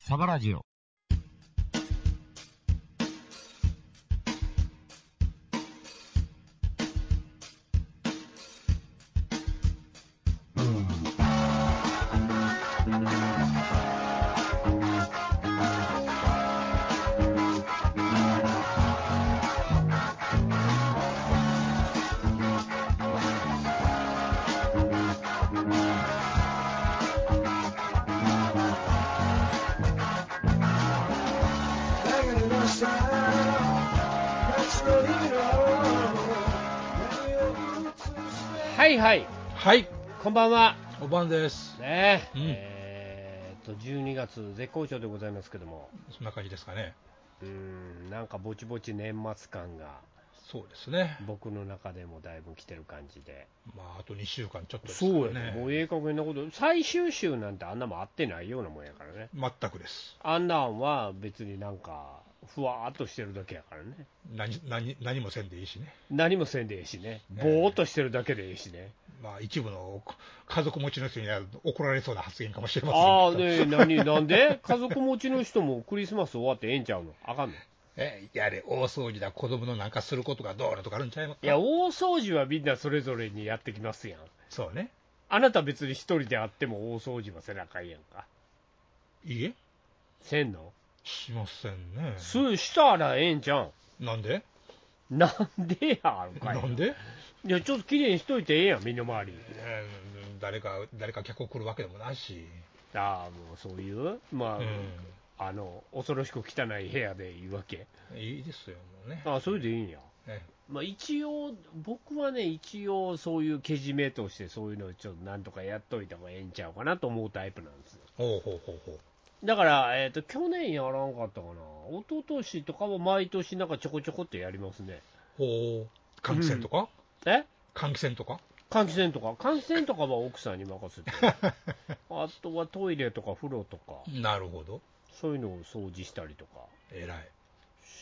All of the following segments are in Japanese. サバラジオ。はいはい、はい、こんばんは。おばんです。ねえ、うんえーっと、12月絶好調でございますけども、そんな感じですかね。うーん、なんかぼちぼち年末感が、そうですね。僕の中でもだいぶ来てる感じで。まあ、あと2週間ちょっとですかそうやね。もね。うええ加減なこと、最終週なんてあんなもん合ってないようなもんやからね。全くです。あんなんは別になんか、ふわーっとしてるだけやからね。何何何もせんでいいしね。何もせんでええしね。ねぼーっとしてるだけでええしね。まあ、一部の家族持ちの人には怒られそうな発言かもしれませんああ、けど。ねえ何、なんで家族持ちの人もクリスマス終わってええんちゃうのあかんのえやれ、大掃除だ、子供のなんかすることがどうのとかあるんちゃいますいや、大掃除はみんなそれぞれにやってきますやん。そうね。あなた別に一人であっても大掃除はせなあかんやんか。いいえ、せんのしませんね。そうしたらええんじゃなんでん。なんでやんかい。なんで、いや、ちょっときれいにしといてええやん、身の回り。えー誰か、誰か客を来るわけでもないし。ああ、もうそういう、まあ、うあの、恐ろしく汚い部屋でいいわけ。ん。いいですよ、もうね。ああ、それでいいんや。えまあ、一応、僕はね、一応、そういうけじめとして、そういうのをちょっとなんとかやっといた方がええんちゃうかなと思うタイプなんですよ。ほうほうほうほう。だから、えっと去年やらんかったかな、一昨年とかは毎年、なんかちょこちょこってやりますね。ほう、換気扇とか、え換気扇とか、換気扇とか、換気扇とかは奥さんに任せて、あとはトイレとか風呂とか、なるほど、そういうのを掃除したりとか偉い、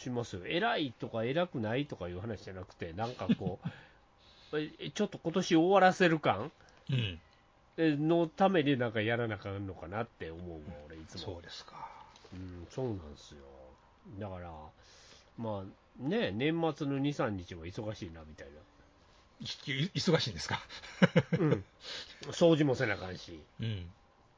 しますよ、偉いとか偉くないとかいう話じゃなくて、なんかこう、 えちょっと今年終わらせる感うん、えのためになんかやらなあかんのかなって思うわ、俺、いつも。そうですか、うん、そうなんですよ。だから、まあね、年末の2、3日は忙しいなみたいいい忙しいんですか、な、うん、 掃除もせなあかんし、うん、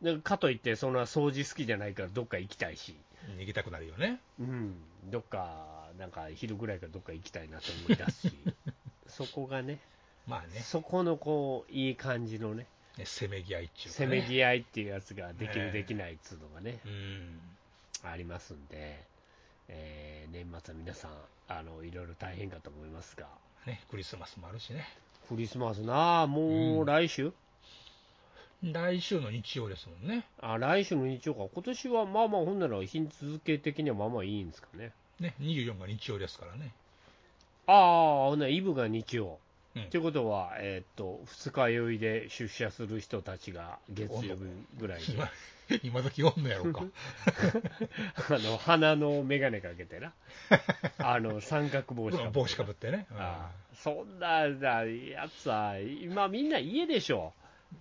でかといって、そんな掃除好きじゃないから、どっか行きたいし、逃げたくなるよね、うん、どっか、なんか昼ぐらいからどっか行きたいなと思い出 すし、そこがね、まあね、そこのこういい感じのね、ねせめぎ合いっちゅうか、せね、めぎ合いっていうやつができねる、できないっつうのがね、うん、ありますんで、えー年末は皆さんあの、いろいろ大変かと思いますが。ね、クリスマスもあるしね、クリスマスなあ、もう来週、来週の日曜ですもんね、あ来週の日曜か、今年はまあまあ、ほんなら日付的にはまあまあいいんですかね。ね24が日曜ですからね、ああ、ほんならイブが日曜。うんということは、えーっと、二日酔いで出社する人たちが月曜日ぐらいに、今今時おんのやろうか、 あの鼻の眼鏡かけて な、あの三角帽子かぶって 帽子かぶってね、うんああそんななやつは、今、みんな家でしょ。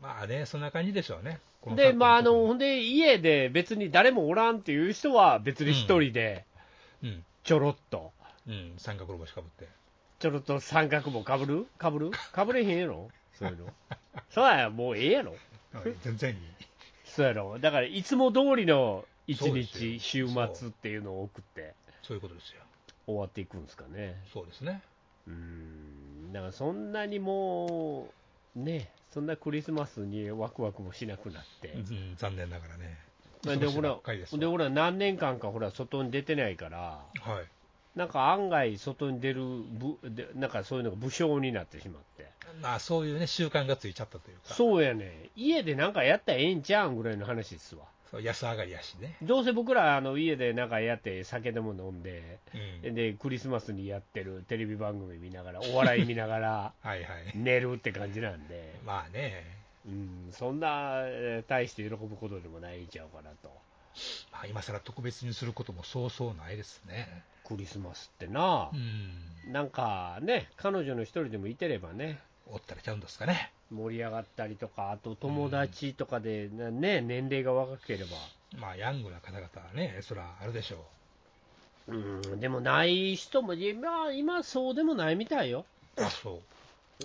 まあね、そんな感じでしょうね、こので、まあ、あの、格好ほんで、家で別に誰もおらんっていう人は、別に一人で、うん、ちょろっと、うん、三角帽子かぶって、ちょろっと三角もかぶるかぶるかぶれへんやろそういうの。そうや、もうええやろうん全然いい。そうやろ。だから、いつも通りの一そうです日、よ週末っていうのを送って、そういうことですよ。終わっていくんですかね。そうですね。うーん。だから、そんなにもう、ね、そんなクリスマスにワクワクもしなくなって。うん残念ながらね。まあで、忙しほいばらっかりで、すで、わほら、何年間か、ほら、外に出てないから、はい。なんか案外、外に出るぶで、なんかそういうのが武将になってしまって、まあ、そういうね、習慣がついちゃったというか、そうやね、家でなんかやったらええんちゃうんぐらいの話ですわ、そう安上がりやしね。どうせ僕ら、あの家でなんかやって、酒でも飲んで、うん。で、クリスマスにやってるテレビ番組見ながら、お笑い見なが らはいはい。寝るって感じなんで、まあね、うん、そんなえー大して喜ぶことでもないんちゃうかなと、まあ、今更特別にすることもそうそうないですね。クリスマスってなう、ん。なんかね、彼女の一人でもいてればね、おったらちゃうんですかね。盛り上がったりとか、あと友達とかで、なね、年齢が若ければ、まあ、ヤングな方々はね、そらあるでしょう。うん、でもない人も、今、今そうでもないみたいよ。あそ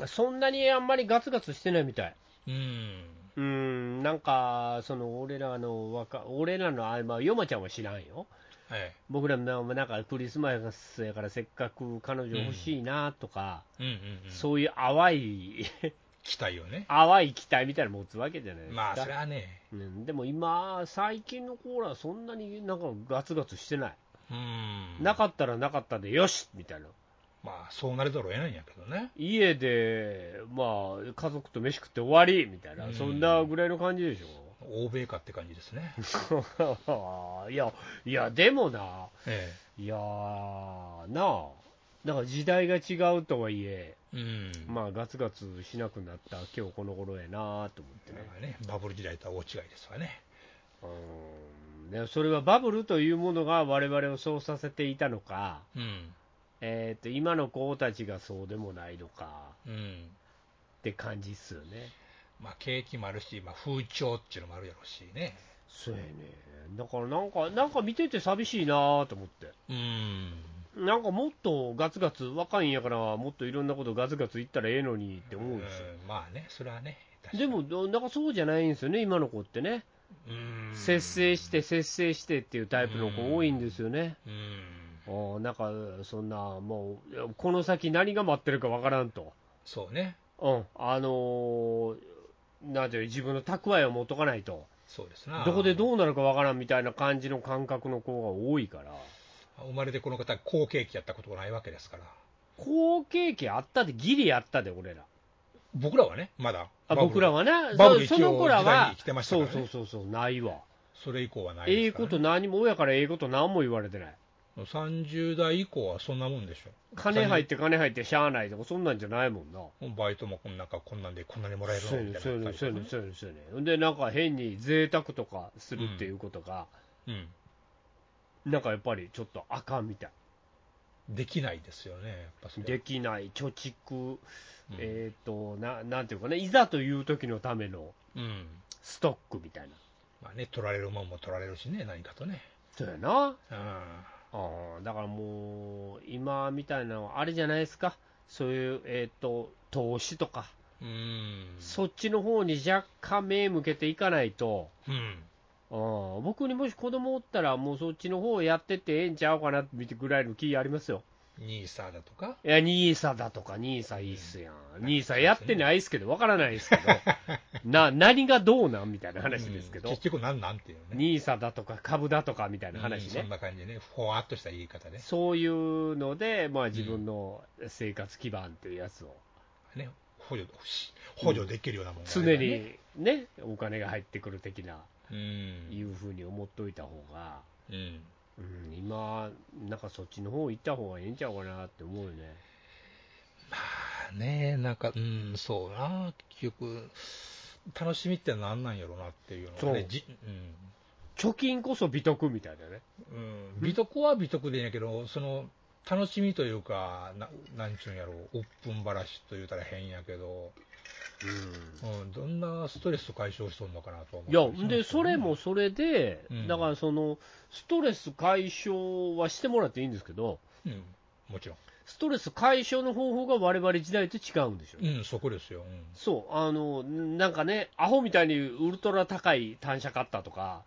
そんなにあんまりガツガツしてないみたい。う。うん。うん、なんか、その、俺らの若、俺らの、あまあ、ヨマちゃんは知らんよ。え僕らもなんかクリスマスやからせっかく彼女欲しいなとか、え。うんうん、うん。そういう淡い、 期待をね。淡い期待みたいなの持つわけじゃないですか。まあ、それはね、うん、でも今、最近の子らはそんなになんかガツガツしてない。うん。なかったらなかったでよしみたいな。まあ、そうなれざるを得ないんやけどね。家で、まあ、家族と飯食って終わりみたいな、うんそんなぐらいの感じでし欧米かって感じですね。ょ。 いや、いや、でもな、えいやーなあ、だから時代が違うとはいえ、え。うん。ままあ、ガツガツしなくなった今日この頃やなと思ってね。あね、バブル時代とは大違いですわね。うんでそれはバブルというものが我々をそうさせていたのか、うん。えー、と今の子たちがそうでもないのかうん。って感じっすよね。まあ、景気もあるし、まあ、風潮っていうのもあるやろうしね。そうやね。だからなんか、なんか見てて寂しいなと思って。うん。なんかもっとガツガツ、若いんやから、もっといろんなことガツガツ言ったらええのにって思うし。うんまあね、それはね。確かでにも、、どなんかそうじゃないんですよね、今の子ってね。うん節制して、節制してっていうタイプの子多いんですよね。うん。あーなんか、そんな、もう、この先何が待ってるかわからんと。そうね。うん。あのーなんていうの自分の蓄えを持っとかないと。そうですな。どこでどうなるかわからんみたいな感じの感覚の子が多いから。生まれてこの方、好景気やったことがないわけですから。好景気あったで、ギリあったで、俺ら。僕らはね、まだ。あ僕らはは。ね、バブルそその子ら一応時代はに来て、ましたそかうらねそうそうそう、ないわ。それ以降はないええですこから、と何も、親からええこと何も言われてない。 30代以降はそんなもんでしょ。金入っって金入ってしゃあないとか、そんなんじゃないもんな。バイトもこんなんかこんなんでこんなにもらえるそうのやみねたそういやなね感じそうやねそうやねそうやねほんで、なんか変に贅沢とかするっていうことが、うん。なんかやっぱりちょっとあかんみたい。できないですよね、やっぱそれはできない、貯蓄、うんえっ、とな、なんていうかね、いざという時のためのうん。ストックみたいな。まあね、取られるもんも取られるしね、何かとね。そうやな。うん。ああだからもう、今みたいなのはあれじゃないですか、そういう、えー、と投資とか、うん。そっちの方に若干目向けていかないと、うん。ああ僕にもし子供おったら、もうそっちの方やってってええんちゃうかなってぐらいの気ありますよ。ニーサーだとか、いや、ニーサだとか、ニーサいいっすやん。ニーサやってないっすけど、わからないっすけど、な、何がどうなんみたいな話ですけうんど、結局なんなんっていうね。ニーサだとか株だとかみたいなうん話そねん。な感じでね、ふわっとした言い方ね。そういうので、まあ自分の生活基盤っていうやつを。ね補助補助できるようなもんがあ常ればね、にね、お金が入ってくる的な、うんいうふうに思っといた方が、うんうん、今、なんかそっちの方行った方がええんちゃうかなって思うよね。まあね、なんか、うん、そうな、結局、楽しみってなんなんやろうなっていうのはね、そうじ貯金こそ美徳みたいなね。うんうん、美徳は美徳でいいんやけど、その楽しみというか、ななんちゅうんやろう、おっぷんばらしと言うたら変やけど、うん、どんなストレス解消しとんのかなとは思いやったりし、ますで、それよね、もそれでう、んだからその、ストレス解消はしてもらっていいんですけど、うん、もちろん、ストレス解消の方法が我々時代と違うんでしょうねうん、そこですよ、うんそう、あの、なんかね、アホみたいにウルトラ高い単車買ったとか、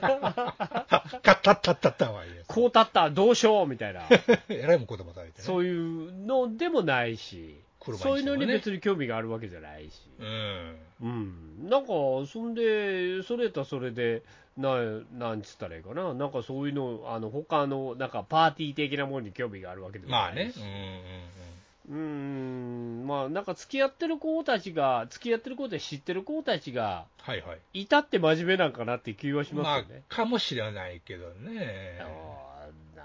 たったったったったはいいです。こう立った、どうしようみたい な、えらいもん言葉食べてね。そういうのでもないし、車にしてもそういねうのに別に興味があるわけじゃないし、うん。うん、なんか、そんで、それやったらそれで、ななんつったらいいかな、なんかそういうの、あの他の、なんかパーティー的なものに興味があるわけでもまなあいねし。。うんうんうん。うん、まあなんか付き合ってる子たちが、付き合ってる子で知ってる子たちが、はいはい。いたって真面目なんかなって気はしますよね。あ、かもしれないけどね。そんな、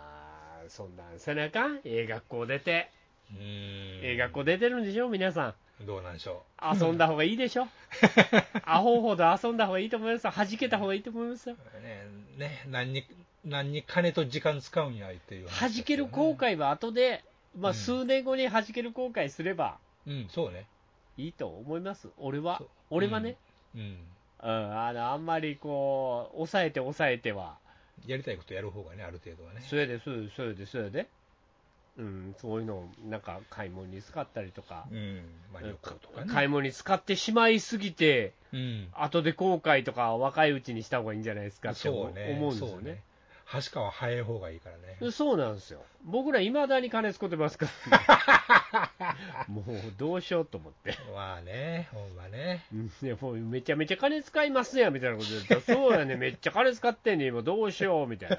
そんなんせなあかん、ええ学校出て、うん。ええ学校出てるんでしょ、皆さん、どうなんでしょ遊んだ方がいいで しょ、アホほど遊んだ方がいいと思いますよ、弾けた方がいいと思いますよ、う。ね、ね何に、何に金と時間使うんやいっていう、弾ける後。悔は後で、まあ、うん数年後に弾ける後悔すればうん、そうね。いいと思います、俺はそう、俺はね、うん。うん、あのあんまりこう、抑えて抑えては、やりたいことやる方がね、ある程度はね。それで、それで、それで、それで、うん、そういうのをなんか買い物に使ったりとか、うん。まあ、旅行とかね。買い物に使ってしまいすぎて、うん。後で後悔とかは若いうちにした方がいいんじゃないですかって思そううね。思うんですそようねね。。橋川は早い方がいいからね。そうなんですよ。僕ら、いまだに金使ってます から、もうどうしようと思って、まあね、ほんまね。うんねもうめちゃめちゃ金使いますやんみたいなこと言ったら、そうやね、めっちゃ金使ってんねん、今どうしようみたいな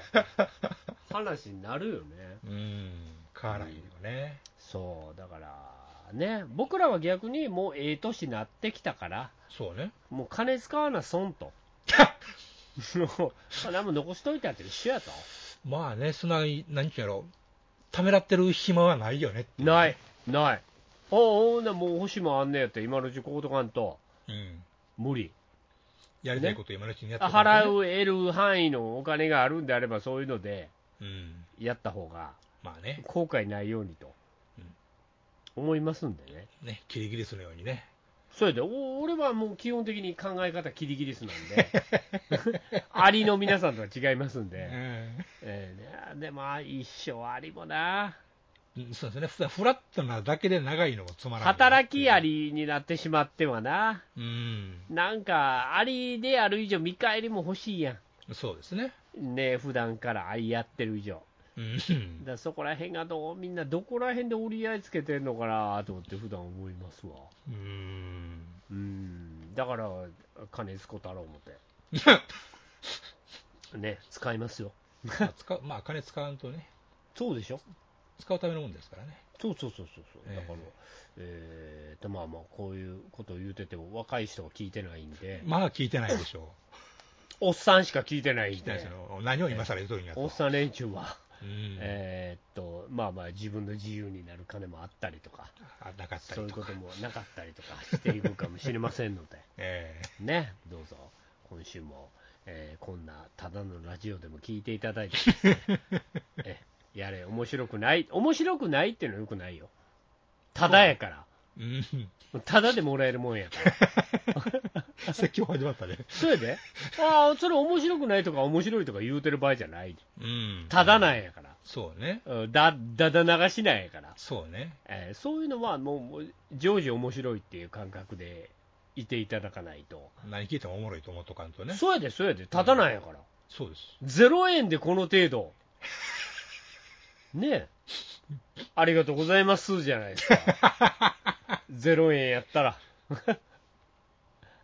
話になるよね。うん。買わないよね。そう、だからね、僕らは逆にもうええ年になってきたから、そうね。 もう金使わな損と。もう、何も残しといたって一緒やと。まあね、そんな、なんちゅうやろ、ためらってる暇はないよねっていうない、ない。おうおう、なもう星もあんねやったら今のうちこうとかんと、うん。無理。やりたいこと今のうちにやって払う。う得る範囲のお金があるんであれば、そういうのでうん。やった方がまあね、後悔ないようにとうん思いますんでね。ね、キリギリスのようにね。それでお俺はもう基本的に考え方、キリギリスなんで、 アリの皆さんとは違いますんで、えーね、でも、一生アリもな、うんそうですねふ、フラットなだけで長いのもつまらない。働きア。リになってしまってはな、うん、なんか、アリである以上、見返りも欲しいやん。そうですね。ね普段から愛やってる以上、うんだからそこら辺がどうみんなどこら辺で折り合いつけてんのかなと思って、普段思いますわ、うん。うん、だから金使太郎思 って、ね、使いますよ、まあ、使う まあ、金使わんとね、そうでしょ、使うためのもんですからね。そうそうそうそうそう、ええだから、えーとまあまあ、こういうことを言うてても、若い人は聞いてないんで、まあ、聞いてないでしょおっさんしか聞いてないんう。聞いてないでです。よ。何を今更言うとるんやと。おっさん連中は、うん。えーっとまあまあ自分の自由になる金もあったりとか、あなかったそういりうとか。こともなかったりとかしていくかもしれませんので、 えね、どうぞ、今週も、えーこんなただのラジオでも聞いていただい て、えやれ、面白くない、面白くないっていうのはよくないよ、ただやから、えうん。ただでもらえるもんや から、説教始まったね。それで、ああ、それ面白くないとか、面白いとか言うてる場合じゃない、うん。ただなんやから、そうね。うんだだだ流しなんやから。そうね。えーそういうのはもうもう常時面白いっていう感覚でいていただかないと、何聞いてもおもろいと思っとかんとね。そうやでそうやで立たないやから、そうです。 0円でこの程度ねえありがとうございますじゃないですか 0円やったら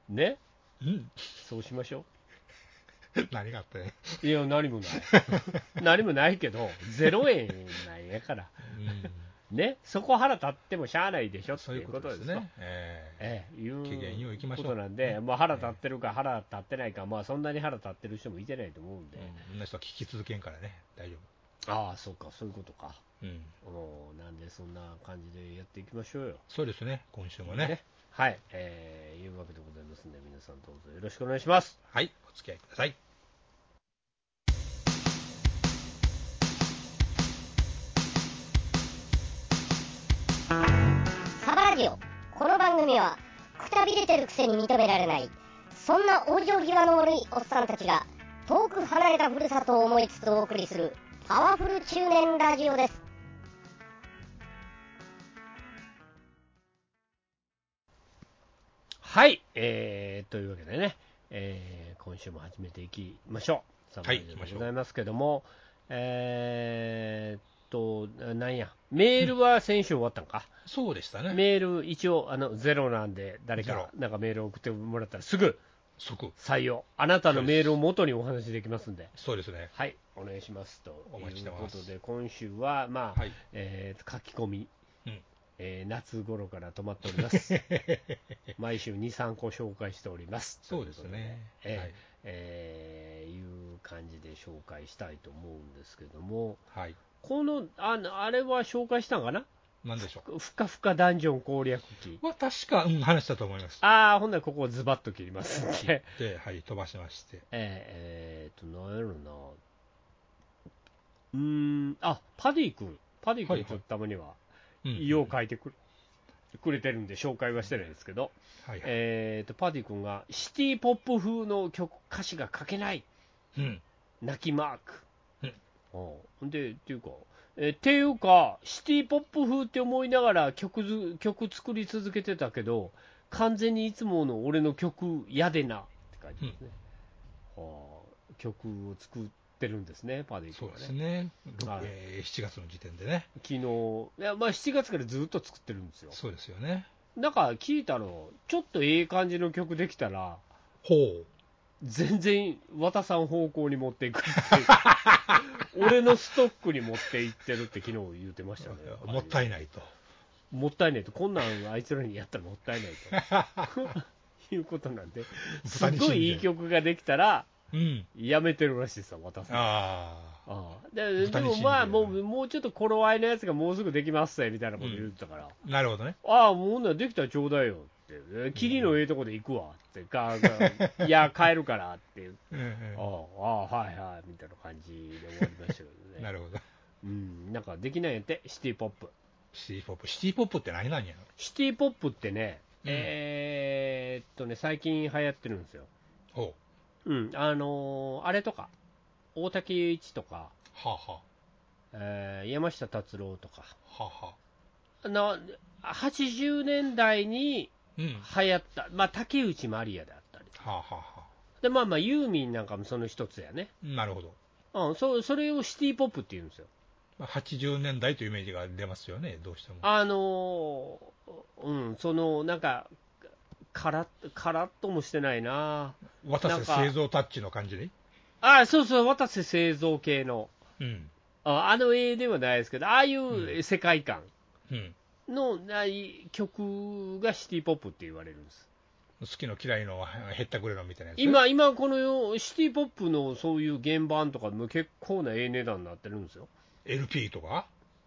ねうん。そうしましょ何があったね。ういや何 もない何もないけど0円なんやから うん。ねそこ腹立ってもしゃあないでしょってそういいううここととでですすよね。ええええ、いう機嫌よう行きましょうことなんで、まあ、腹立ってるか腹立ってないか、まあ、そんなに腹立ってる人もいてないと思うんで、うんそんな人は聞き続けんからね、大丈ああ、そうか、そういうことか、夫。うん。うんなんでそんな感じでやっていきましょうよ。そうですね、今週もね。はい、えー、いうわけでございますんで、皆さんどうぞよろしくお願いします。はい、お付き合いください。サバラジオこの番組はくたびれてるくせに認められないそんな往生際の悪いおっさんたちが遠く離れたふるさとを思いつつお送りするパワフル中年ラジオですはい、えー、というわけでね、えー今週も始めていきましょう。はいサムネイルでございますけども、えーっと、ななんや、メールは先週終わったんか。そうでした ね。メール、一応あの、ゼロなんで、誰ゼかロなんかメール送ってもらったらすぐ即。採用、あなたのメールを元にお話しできますんで、そうですね。はい、お願いしますとおい待ちしてうこますとで、今週は、まあはいえー書き込み、うんえー夏頃から止まっており ます、毎週2、3個紹介しております。そうですね。ということでえーはいえーいう感じで紹介したいと思うんですけども、はい。このあのあれは紹介したんかな、なんでしょふかふかダンジョン攻略機。う。は確か、うん、話したと思います。ああ、ほんならここをズバッと切りますん で、で、はい、飛ばしまして。えー、えーと、なんやろな、うーん、あパディ君、パディは君、いはいちょっとたまには、うん絵を描いてくる、くれてるんで紹介はしてないですけど、はいはい。えー、とパーティー君がシティポップ風の曲歌詞が書けないうん。泣きマークうん、うん、でっていうかえーっていうかシティポップ風って思いながら曲ず曲作り続けてたけど完全にいつもの俺の曲やでなって感じですね、はあ曲を作ってるんですねパーティーそ君うはでねすね。ろくはいえー7月の時点でね。昨日いや、まあ、7月からずっと作ってるんですよそうですよね。なんか聞いたのちょっとええ感じの曲できたらほう。全然和田さん方向に持っていくっていう俺のストックに持っていってるって昨日言ってましたねもったいいないと。もったいないとこんなんあいつらにやったらもったいないということなんですっごいいい曲ができたらうん。やめてるらしいですよ和田さんあああ。あで豚でにも信じるまあもうもうちょっと頃合いのやつがもうすぐできますぜみたいなこと言ってたから、なるほどね。ああ、もうなできたらちょうだいよって、えキリのええとこで行くわって、かかいや、帰るからって言って、うんああ、ああはいはい、みたいな感じで終わりましたけうどん。ね。 なるほど。うん、なんかできないんやって、シティポップ。シティポップ。シティポップって何なんやシティポップってね、うんえーっとね、最近流行ってるんですよ。ほう。うん、あのーあれとか、大竹雄一とか、はあ、はえー山下達郎とか、あ、はあ、はあ。な80年代にうん。流行った、まあ、竹内まりやであったりはあ、はあ、はでまあまあユーミンなんかもその一つやね、あ。なるほど。うん、そそれをシティ・ポップって言うんですよまあ80年代というイメージが出ますよね、どうしても。あのーうんそのなんかカラッカラッともしてないな渡なん瀬か製造タッチの感じで。あそうそう渡瀬製造系のうん。ああの絵ではないですけどああいう世界観うん。のない曲がシティ・ポップって言われるんです好きの嫌いのは減ったくれのみたいなやつ。今今このよシティ・ポップのそういう原版とかも結構なええ値段になってるんですよ LP とか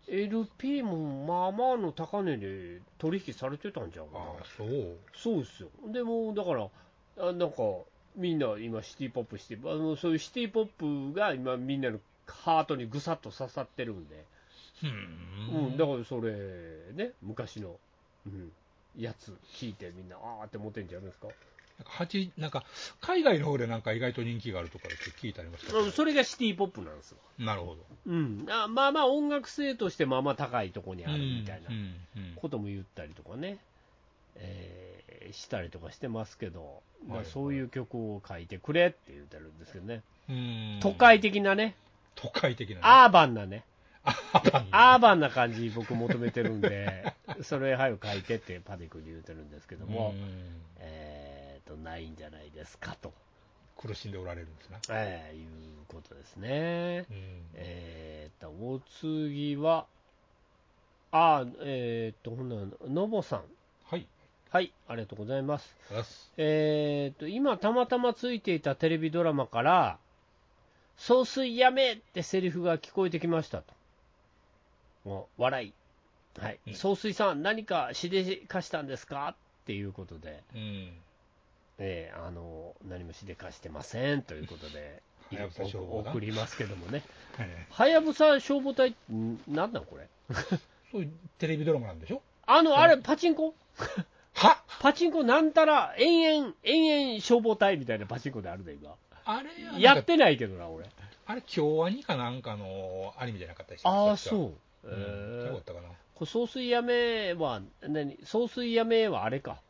LP もまあまあの高値で取引されてたんじゃんかなああ、そう。そうですよ。でもうだからあなんかみんな今シティポップしてあのそういうシティポップが今みんなのハートにぐさっと刺さってるんで、ううんん。だからそれね昔の、うん、やつ聞いてみんなあーって思ってんじゃないですか。なんか八なんか海外の方でなんか意外と人気があるとかって聞いてありましたけどうんそれがシティポップなんですよ。なるほど。うん、あまあまあ音楽性としてまあまあ高いとこにあるみたいなうんうんことも言ったりとかね。えーしたりとかしてますけど、まはあ、いそういう曲を書いてくれって言ってるんですけどね、うん都会的なね、都会的なね、アーバンなね、アーバンアーバンな感じ、僕、求めてるんで、 それ、早く書いてって、パディックに言うてるんですけども、うんえーと、ないんじゃないですかと、苦しんでおられるんですな、えーいうことですね。うんえーと、お次は、あー、えーと、ほんならのぼさん。はいはい、ありがとうございます。出すえーと、今、たまたまついていたテレビドラマから、総帥やめってセリフが聞こえてきましたと。もう笑い。はい。うん総帥さん、何かしでかしたんですかっていうことで、うんえーあの、何もしでかしてませんということで、はやぶさ消防お団送りますけどもね。はいはいはやぶさ消防隊、んなんなんこれそういうテレビドラマなんでしょあの、あれ、パチンコはパチンコなんたら、延々、延々消防隊みたいなパチンコであるで、今。あれなんかやってないけどな、俺。あれ京アニかなんかのアニメじゃなかったりしてああ、そう。えええーよかったかなこれ総帥やめは、何総帥やめはあれか。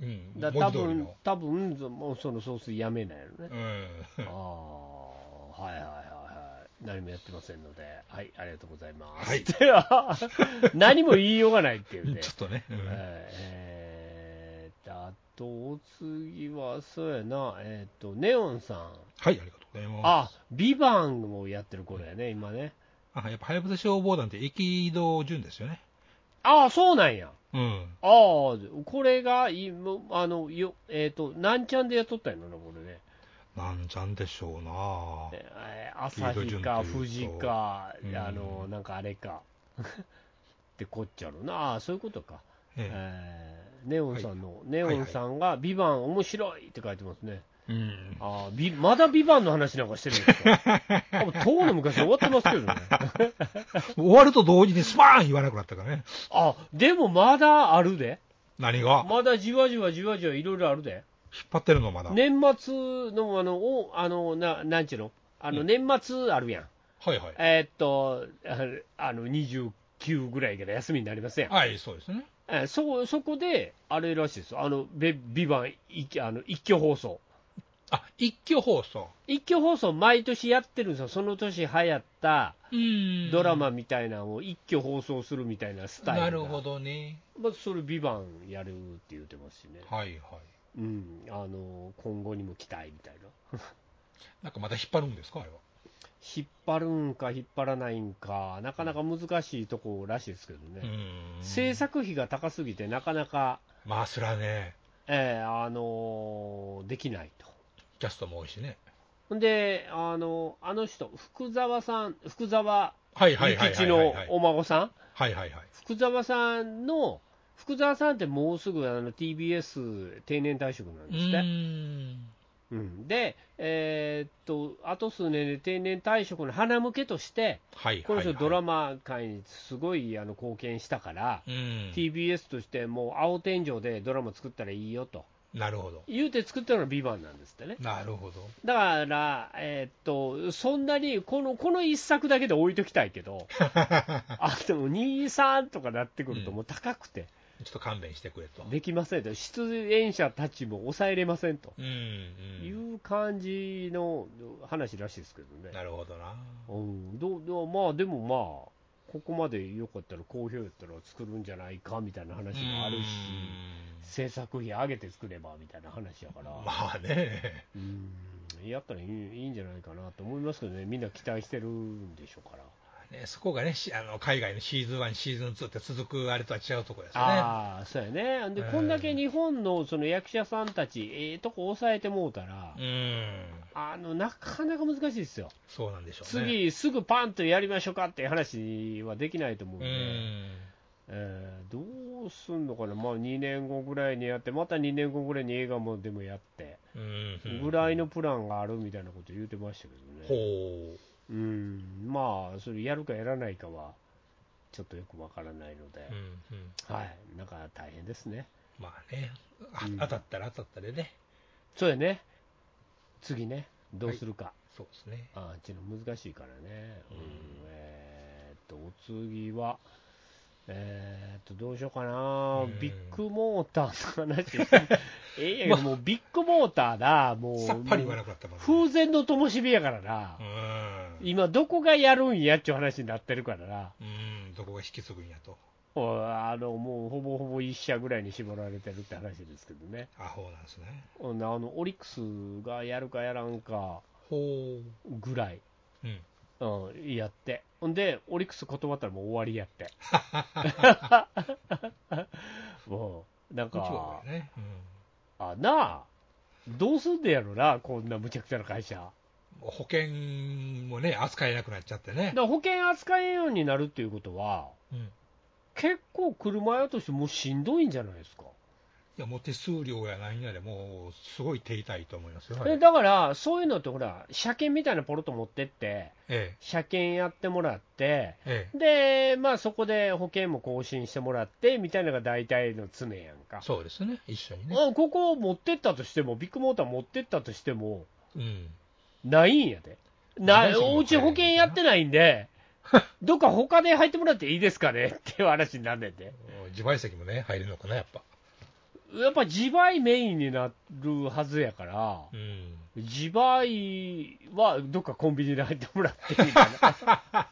うんだ文多字通り分の、多分、そもうその総帥やめなんやろね。うんああ、はいはいはいはい。何もやってませんので、はい、ありがとうございます。はいでは、何も言いようがないっていうね ちょ。っとね、うんえー、とあと、お次は、そうやな、えっ、と、ネオンさん。はいありがとうございますあ、ビバンをやってる頃やね、今ね。あやっぱはやぶさ消防団って駅移動順ですよねああ、そうなんや。うんああ、これが、いもあの、よ、えっ、と、なんちゃんでやっとったんやろな、これね。なんじゃんでしょうなえー朝日か、富士か、うんあの、なんかあれか。 ってこっちゃろな。ああ、そういうことか。ええーネオンさんの、ネオンさんが、ビバン面白いって書いてますね。えうんあービまだビバンの話なんかしてるんですか。 あもうとうの昔終わってますけどね。終わると同時にスパーン言わなくなったからね。あ、でもまだあるで。何がまだじわじわじわじわいろいろあるで。引っ張ってるのまだ。年末の、あの、おあのななんちゅうのあの、うん年末あるやん。はいはい。えーっと、ああの、29ぐらいから休みになりますやん。はい、そうですね。えーそ、そこで、あれらしいです。あの、ベビバン一あの一挙放送。あ、一挙放送。一挙放送毎年やってるんですよ。その年流行ったうんドラマみたいなのを一挙放送するみたいなスタイルが。なるほ。どね。まあ、それ、ビバンやるって言ってますしね。はいはい。うん。あの、今後にも期待みたいな。なんかまた引っ張るんですか、あれは。引っ張るんか引っ張らないんか、なかなか難しいとこらしいですけどうね、ん制作費が高すぎて、なかなか、まあ、それはね、えーあのーできないと。キャストも多いしね。ほんで、あのあの人、福沢さん、福沢はいはい諭はいは吉いはいのはい。お孫さん、はいはいはい。福沢さんの、福沢さんってもうすぐあの TBS 定年退職なんうですって。ーん。うんで、えーっと、あと数年で定年退職の花向けとして、はいこはいのはい。人、ドラマ界にすごいあの貢献したから、うん。 TBS としてもう青天井でドラマ作ったらいいよとなるほど。言うて作ったのが「ビバンなんですってね。なるほど。だから、えーっと、そんなにこの、この一作だけで置いときたいけ ど、あでも2、3とかなってくると、うんもう高くて、ちょっと勘弁してくれと。できませんと、出演者たちも抑えれませんとうん、いうん。う感じの話らしいですけどね。なるほどな。うん、どうどうまあでもまあここまで良かったら好評やったら作るんじゃないかみたいな話もあるし制作費上げて作ればみたいな話やかうら、んまあね。うんやったらいいいいんじゃないかなと思いますけどねみんな期待してるんでしょうから、ね、そこがね、しあの海外のシーズン1、シーズン2って続くあれとは違うところですよね。ああそうやねで、うんこんだけ日本のその役者さんたちええとこ抑えてもうたら、うん、あのなかなか難しいですよ、そうなんでしょうね。次すぐパンとやりましょうかっていう話はできないと思うんうで、ん、えーどうすんのかな、まあ、2年後ぐらいにやって、また2年後ぐらいに映画もでもやって、うん、ぐらいのプランがあるみたいなこと言うてましたけどね、ほうん、まあ、それやるかやらないかは、ちょっとよくわからないので、う、うんうん、はい、なんか大変ですね、まあね、あうん当たったら当たったでね、そうやね、次ね、どうするか、そうですね。あっちの難しいからね、うんうんえーっと、お次は、えーっと、どうしようかな、うんビッグモーターの話して も、ええやんかもうビッグモーターだ、もう、さっぱり言わなくなったもんね風前の灯火やからな、うん、今、どこがやるんやっちゅう話になってるからな、うん、どこが引き継ぐんやと、ほらあのもうほぼほぼ一社ぐらいに絞られてるって話ですけどね、アホなんですね。ほんであのオリックスがやるかやらんかほぐらい。う、うん、うん、やって。ほんで、オリックス断ったらもう終わりや って。もう、なんこっちはかこ、れね、うん、あ、なあ、どうすんでやろな、こんなむちゃくちゃな会社。だかもう保険もね、扱えなくなっちゃってね、ら保険扱えんようになるっていうことは、うん、い結構車屋としてもうしんどいんじゃないですか。やもう手数料やなんやで、もうすごい手痛いと思いますよ、えだから、そういうのってほら、車検みたいなポロッと持ってって、え車検やってもらって、え、ええ、で、まあそこで保険も更新してもらって、みたいなのが大体の常やんか。そうですね、一緒にね、あここを持ってったとしても、ビッグモーター持ってったとしても、うん、ないんやで。なないしおうち保険やってないんで、どっか他で入ってもらっていいですかねっていう話になんねんで。自賠責もね、入るのかな、やっぱ。やっぱ自賠メインになるはずやから、うん自賠はどっかコンビニで入ってもらってみたいな。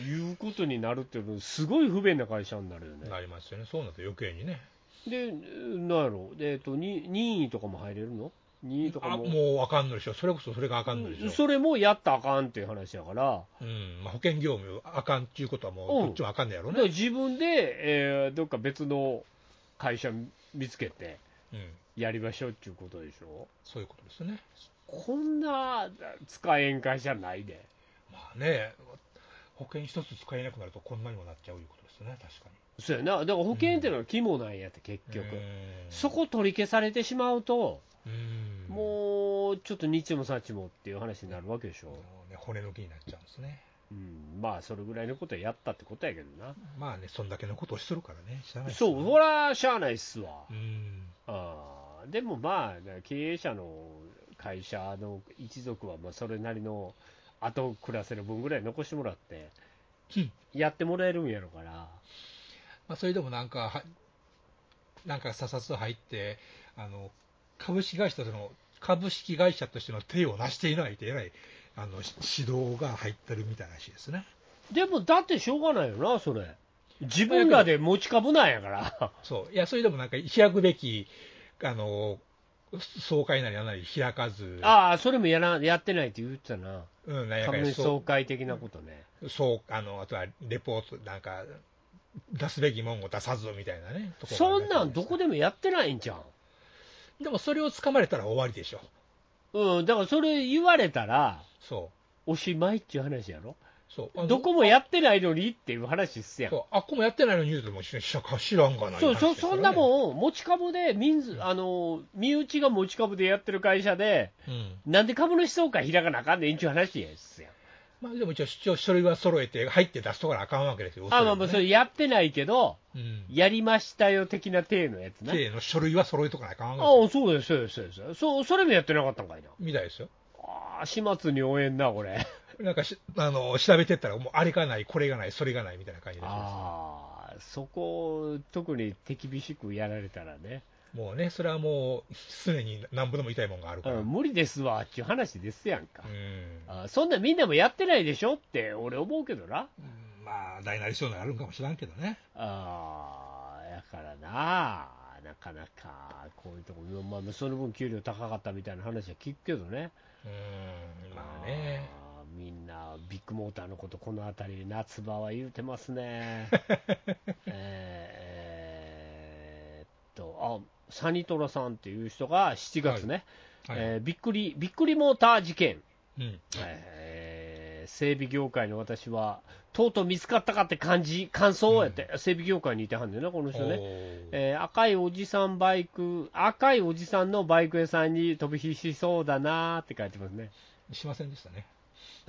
いうことになるっていうのはすごい不便な会社になるよね。なりますよね、そうなると余計にね、で、なんやろ、でえっと、に任意とかも入れるの任意とかあも。もうあかんのでしょ、それこそそれがあかんのでしょ、それもやったらあかんっていう話やから、うんまあ、保険業務あかんっていうことは、もううんこっちもあかんのやろだうからね、自分で、えーどっか別の会社見つけてうん、やりましょうっていうことでしょ。そういうことですね、こんな使えん会社ないで。まあね、保険一つ使えなくなると、こんなにもなっちゃういうことですね、確かそうやな、だから保険っていうのは肝なんやって、結に。局。うんそこ取り消されてしまうと、うんもうちょっと日もさちもっていう話になるわけでしょも。うね、骨抜きになっちゃうんですね、うん、まあそれぐらいのことやったってことやけどな、まあね、そんだけのことをしとるからね、知らないですよそう、ねほら、しゃあないっすわ、うん。あーでもまあ、ね経営者の会社の一族は、まあそれなりの後を暮らせる分ぐらい残してもらってうん、やってもらえるんやろから、まあ、それでもなんか、はなんか査察入って、あの、株式会社としての、株式会社としての手を出していないって、えらい、あの、し指導が入ってるみたいらしいですね。でもだってしょうがないよな、それ、自分らで持ち株なんや から、そう。いや、それでもなんか、開くべき、あの、総会なりなんなり開かず、ああ、それもやらやってないって言ってたな、うん、なんやかん株や主総そ会的なことね。う、そう、あの、あとはレポート、なんか、出すべきもんを出さずみたいなね。ところがそんなんどこでもやってないんじゃん。でもそれを掴まれたら終わりでしょ。うん、だからそれ言われたら、そおしまいっていう話やろ。う。そう。あのどこもやってないのにっていう話っすやん。そうあっこもやってないのに言うても知ら知らんがないそう、そ、そんなん、もん、持ち株で、民ず、あの、身内が持ち株でやってる会社で、うんなんで株主総会開かなあかんねんっていう話やっすやん。まあ、でも一応主張書類は揃えて入って出すところあかんわけですよあ、まあまあ、それやってないけど、うんやりましたよ的な体のやつな。経営の書類は揃えとかなあかんあわけであ、そうです、そうです、そうです。そう、それもやってなかったんかいな。すみたいですよああ、始末に応援な、これ。なんかしあの調べてったらもうあれがないこれがないそれがないみたいな感じですよああ、そこを特に手厳しくやられたらね、もうねそれはもう常に何ぼでも痛いもんがあるかうらん無理ですわっていう話ですやんか、うんあそんなんみんなもやってないでしょって俺思うけどな、まあ大なり小なりあるんかもしらんけどねああ、やからな、なかなかこういうとこ、まあ、その分給料高かったみたいな話は聞くけどね、うんまあねあーみんなビッグモーターのこと、この辺りで夏場は言うてます ね。えーえーっとあサニトラさんっていう人が7月ね、はいえーびっくりびっくりモーター事件、うんえー整備業界の私はとうとう見つかったかって感じ感想をやって、整備業界にいてはんねんなこの人ね、おーえー赤いおじさんバイク赤いおじさんのバイク屋さんに飛び火しそうだなーって書いてますねしませんでしたね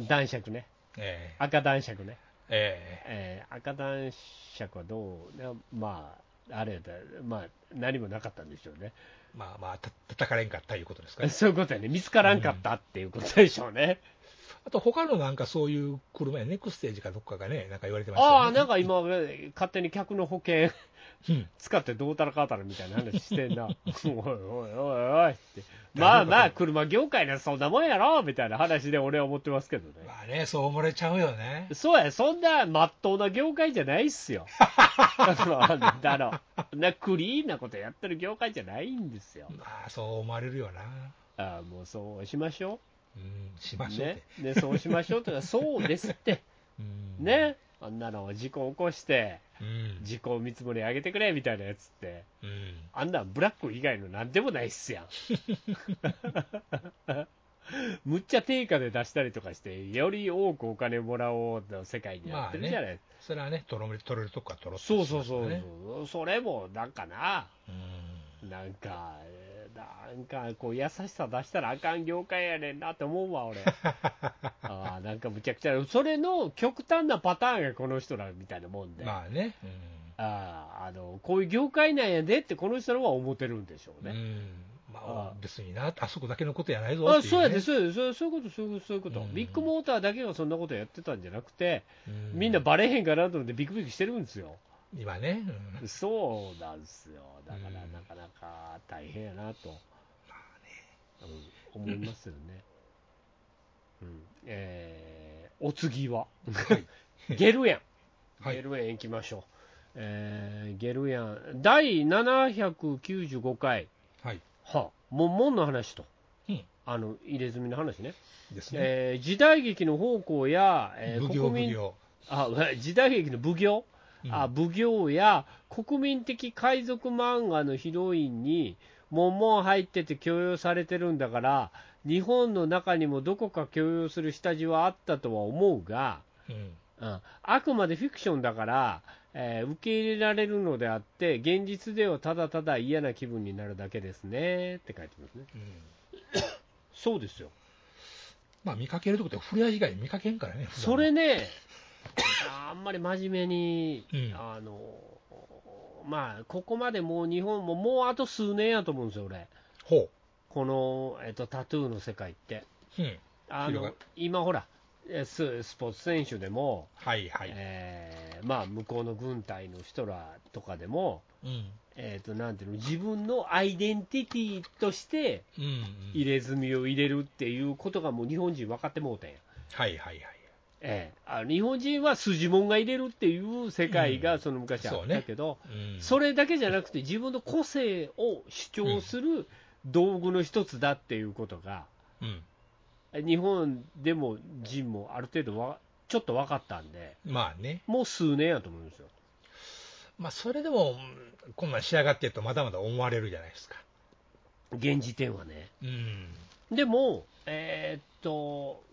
男爵ねえ赤男爵ねえええー赤男爵はどうなまああれだまあ何もなかったんでしょうねえまあまあた叩かれんかったいうことですかねそういうことやね見つからんかったっていうことでしょうね、あと他のなんかそういう車やネクステージかどっかがね、なんか言われてましたよね。ああなんか今勝手に客の保険 うん使ってどうたらかたらみたいな話してんなおいおいおいおいってまあまあ車業界ならそんなもんやろみたいな話で俺は思ってますけどねまあね、そう思われちゃうよね。そうや、そんな真っ当な業界じゃないっすよ。だろ。な、クリーンなことやってる業界じゃないんですよ。まあそう思われるよな。ああもうそうしましょうん、しう、ましょうっねて。ね、そうしましょうとか、そうですって、うん。ね、あんなの事故起こして、うん。事故見積もり上げてくれみたいなやつって、うん。あんなんブラック以外のなんでもないっすやん。 むっちゃ定価で出したりとかして、より多くお金もらおうの世界になってるじゃない、それはね、取ろ取れるとこは取ろうとしそうますそようそうそう、ねそれもなんかな、うん。なんか、えーなんかこう優しさ出したらあかん業界やねんなって思うわ、 俺。あーなんかむちゃくちゃ、それの極端なパターンがこの人らみたいなもんで、あまあね。あーあの、こういう業界なんやでって、この人らは思ってるんでしょううん。うね。ん。まああ別にな、あそこだけのことやないぞあっていそうやねで、。そうやで、そうやそういうこと、そういうこと、そういうこと、うんビッグモーターだけがそんなことやってたんじゃなくて、うみんなバレへんかなと思って、ビクビクしてるんですよ。今ね。うんそうなんですよ、だからうんなかなか大変やなと、うん思いますよね。うんえーお次は、 ゲルエン、はいゲルエン行きましょう、えーゲルエン、第795回、はい。はあ、もんもんの話と、うんあの入れ墨の話ね、ですね。えー時代劇の方向や、えー奉行奉国民行。あ 時代劇の奉行、うんあ奉行や国民的海賊漫画のヒロインにもんもん入ってて強要されてるんだから日本の中にもどこか強要する下地はあったとは思うが、うん。うん、あくまでフィクションだから、えー受け入れられるのであって現実ではただただ嫌な気分になるだけですねって書いてますねうんそうですよまあ見かけるってことは、フレア以外見かけんからね、普段それね、あんまり真面目に、うんあのまあ、ここまでもう日本ももうあと数年やと思うんですよ、俺、ほこの、えっと、タトゥーの世界って。う、うん、あ広がの今、ほらえス、スポーツ選手でも、はいはい、えーまあ、向こうの軍隊の人らとかでも、うん、えー、となんていうの自分のアイデンティティとしてうん、うん、入れ墨を入れるっていうことがもう日本人分かってもうたんや、はいはいはい、ええあ日本人は筋もんが入れるっていう世界うがんその昔あそうっねたけど、うん、それだけじゃなくて自分の個性を主張する道具の一つだっていうことがうん、日本でも人もある程度わちょっと分かったんでまあね、もう数年やと思うんですよ。まあそれでも、うんこんなん仕上がってるとまだまだ思われるじゃないですか。現時点はね。うん、でも、えーっと、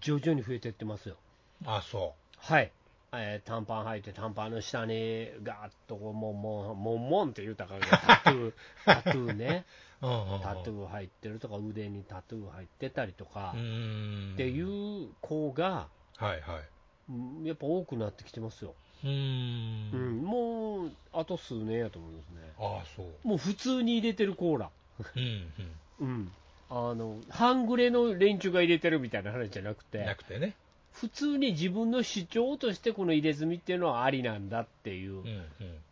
徐々に増えてってますよ。あそはい。えー短パン履いて、短パンの下に、ガーッとこう、もんもん、もんもんって言うたから、タトゥー、タトゥーね。う、うんうんうん、タトゥー入ってるとか、腕にタトゥー入ってたりとか、うんっていう子が、はいはい。うんやっぱ多くなってきてますよ。う。うんん、もう、あと数年やと思いますね。ああ、そう。もう普通に入れてるコーラ。うん、うん。あの、半グレの連中が入れてるみたいな話じゃなくうて。ん。なくてね。普通に自分の主張としてこの入れ墨っていうのはありなんだっていううん、うん。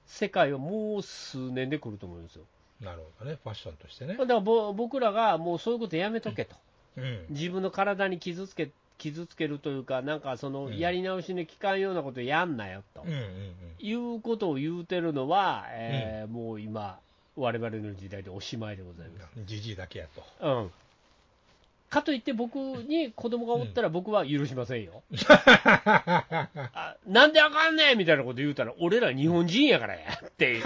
世界はもう数年で来ると思うんですよなるほどね。ファッションとしてねだ。からぼ僕らがもうそういうことやめとけとうん。自分の体に傷つけ傷つけるというかなんかそのうんやり直しの効かんようなことやんなよとうん、うん、うん。いうことを言うてるのは、えーもう今我々の時代でおしまいでございます、じじいだけやと。うん、かといって僕に子供がおったら僕は許しませんよ、 あなんであかんねんみたいなこと言うたら、俺ら日本人やからやって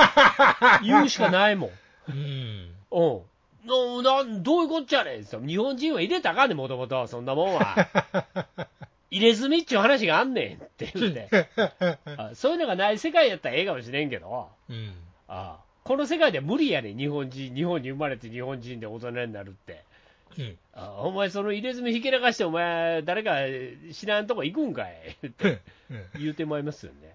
言うしかないもん。うん。うん。ななどういうこっちゃねんって言ったら日本人は入れたらあかんねん、もともと、そんなもんは。入れ墨っちゅう話があんねんって言って、あそういうのがない世界やったらええかもしれんけど、うん。あこの世界では無理やねん、日本人、日本に生まれて日本人で大人になるって。うん。あお前、その入れ墨ひけらかして、お前、誰か知らんとこ行くんかいって言うてまいりますよね。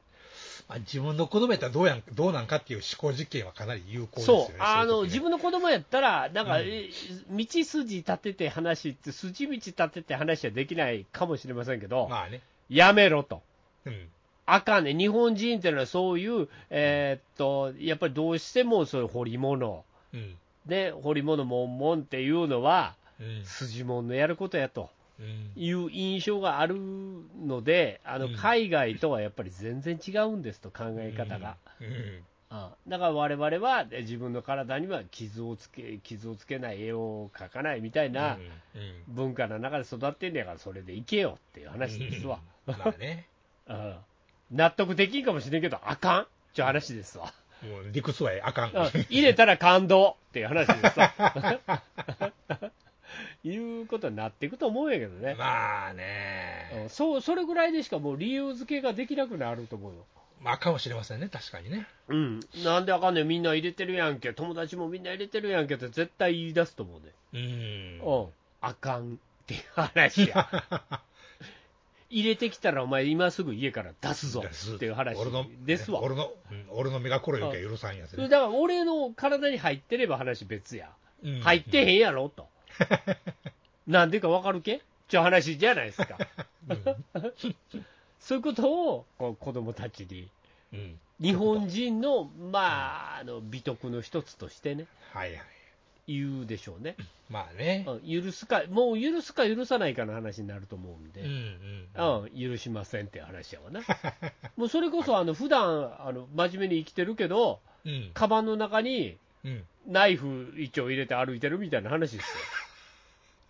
まあ、自分の子供やったらどうやん、どうなんかっていう思考実験はかなり有効ですよね。そう、あの、自分。分の子供やったら、なんか、うんえ道筋立てて話って、筋道立てて話はできないかもしれませんけど、まあね。やめろと。うん。あかんね。日本人っていうのはそういう、えーっと、やっぱりどうしてもそういう彫り物。うん。で、彫り物もんもんっていうのは、うん。筋物のやることやとうん。いう印象があるので、あうの、ん海外とはやっぱり全然違うんですと、考え方が。うん。あだから我々はえ自分の体には傷をつけ傷をつけない絵を描かないみたいなうん。文化の中で育ってんねやからそれでいけよっていう話ですわ、まあね。うん納得できんかもしれんけどあかんっていう話ですわ、もう理屈はあかん。うん入れたら感動っていう話ですわ いうことになっていくと思うんやけどね、まあね。うんそうそれぐらいでしかもう理由付けができなくなると思うよまあかもしれませんね、確かにね。うん、なんであかんねん、みんな入れてるやんけ、友達もみんな入れてるやんけって絶対言い出すと思うね。うんうん、あかんっていう話や。 入れてきたらお前今すぐ家から出すぞっていう話俺のですわ。俺の、うん俺の目が黒いよりは許さんやつだね。から俺の体に入ってれば話別や。うん入ってへんやろ と。なんでかわかるけちょ話じゃないですか。 そういうことをこう子供たちに、うん日本人の、まあ、あの美徳の一つとしてね、はいはい。言うでしょうね。まあね。うん許すか、もう許すか許さないかの話になると思うんで。うんうんうん、許しませんっていう話やわな。 もうそれこそ、あの、普段、あの、真面目に生きてるけど、うんカバンの中にうんナイフ一丁入れて歩いてるみたいな話 ですよ。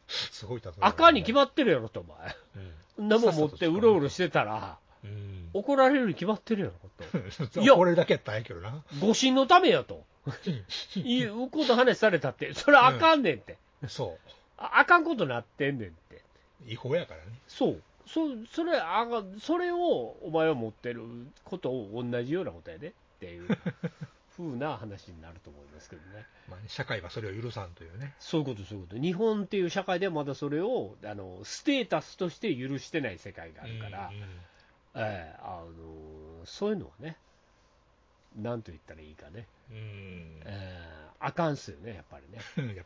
すごい例えば赤に決まってるやろと、お前。うんそんなもん持ってうろうろしてたら、うん 怒られるに決まってるやろと。いやこれだけやったらええけどな。誤信のためやと。 いうこと話されたって、それあかんねんって。そああかんことなってんねんって。う。違法やからね。そう。そそれあが それをお前は持ってることを同じようなことやでっていうふ風な話になると思いますけどね。まあね、社会はそれを許さんというね。そういうこと、そういうこと。日本っていう社会ではまだそれを、あの、ステータスとして許してない世界があるから、うんうんええあの、そういうのはね、なんと言ったらいいかね。うんええあかんっすよね、やっぱりね。うん やっぱ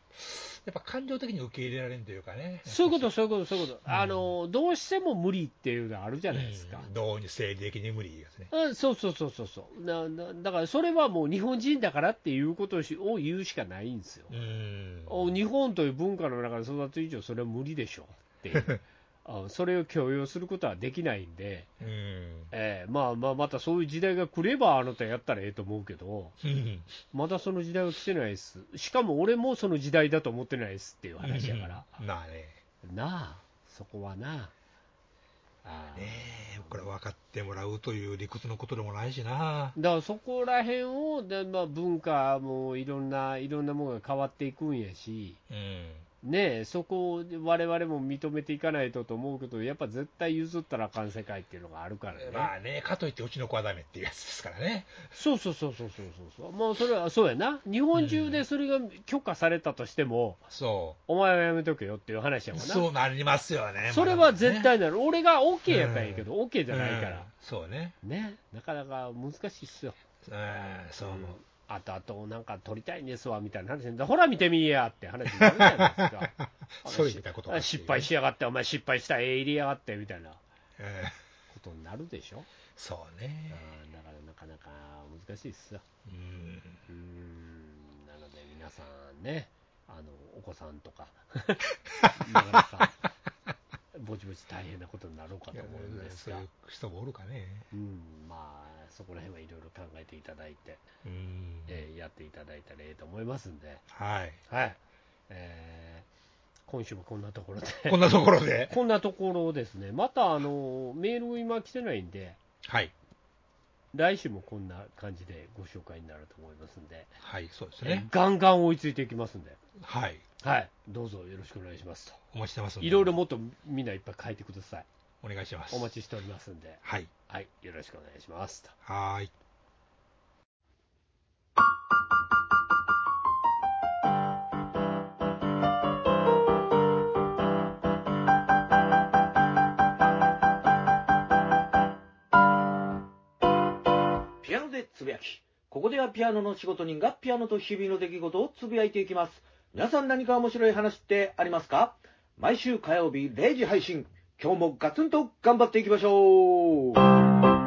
やっぱ感情的に受け入れられんというかね。 そういうこと、そういうこと、そういうこと。あの、どうしても無理っていうのがあるじゃないですかう。んどうに生理的に無理ですね。うん、そうそうそうそうそうななだからそれはもう日本人だからっていうことをしを言うしかないんですよ、うん。お日本という文化の中で育つ以上それは無理でしょうっていう あそれを強要することはできないんで、うん。えーまあまあまたそういう時代が来ればあなたやったらええと思うけどうんまだその時代は来てないですしかも俺もその時代だと思ってないですっていう話だから、まあね。なあそこはなあーねえこれ分かってもらうという理屈のことでもないしな。だからそこら辺をで、まあ、文化もいろんないろんなものが変わっていくんやし、うん。ねえ、そこを我々も認めていかないとと思うけど、やっぱ絶対譲ったらあかん世界っていうのがあるからね、まあね、かといってうちの子はダメっていうやつですからね。そうそうそうそうそうそうそう、もうそれはそうやな、日本中でそれが許可されたとしても、そお前はやめとけよっていう話やう。もんな、そうなりますよね。それはまだまだね絶対なる、俺が OK やったんやけど、OK じゃないかうんら、そうね。ねえ、なかなか難しいっすよ。うん、そう思う。。あとあと、なんか撮りたいんですわみたいな話で、ほら見てみいやって話になるじゃないですか それ見たことがあ失敗しやがって、お前失敗した、ええ入れやがってみたいなこうんとになるでしょ。そうあね。ーだからなかなか難しいっすよ。うん。うーん、なので皆さんね、あのお子さん とか、なかなか、ぼちぼち大変なことになろうかと思うんですそうがい、う人もおるかね。うん、まあ、そこら辺はいろいろ考えていただいて、うん。えーやっていただいたらええと思いますんで。はい。はい。えー今週もこんなところで。こんなところで。 こんなところですね。また、あの、メール今来てないんで、 はい。来週もこんな感じでご紹介になると思いますんで、はい、そうですねえ。ガンガン追いついていきますんで、はい。はい。どうぞよろしくお願いしますと。お待ちしてますんでいろいろもっとみんないっぱい書いてください。お願いします。お待ちしておりますんで、はい。はい。よろしくお願いしますと。はーい。ピアノでつぶやき。ここではピアノの仕事人がピアノと日々の出来事をつぶやいていきます。皆さん何か面白い話ってありますか毎週火曜日0時配信。今日もガツンと頑張っていきましょう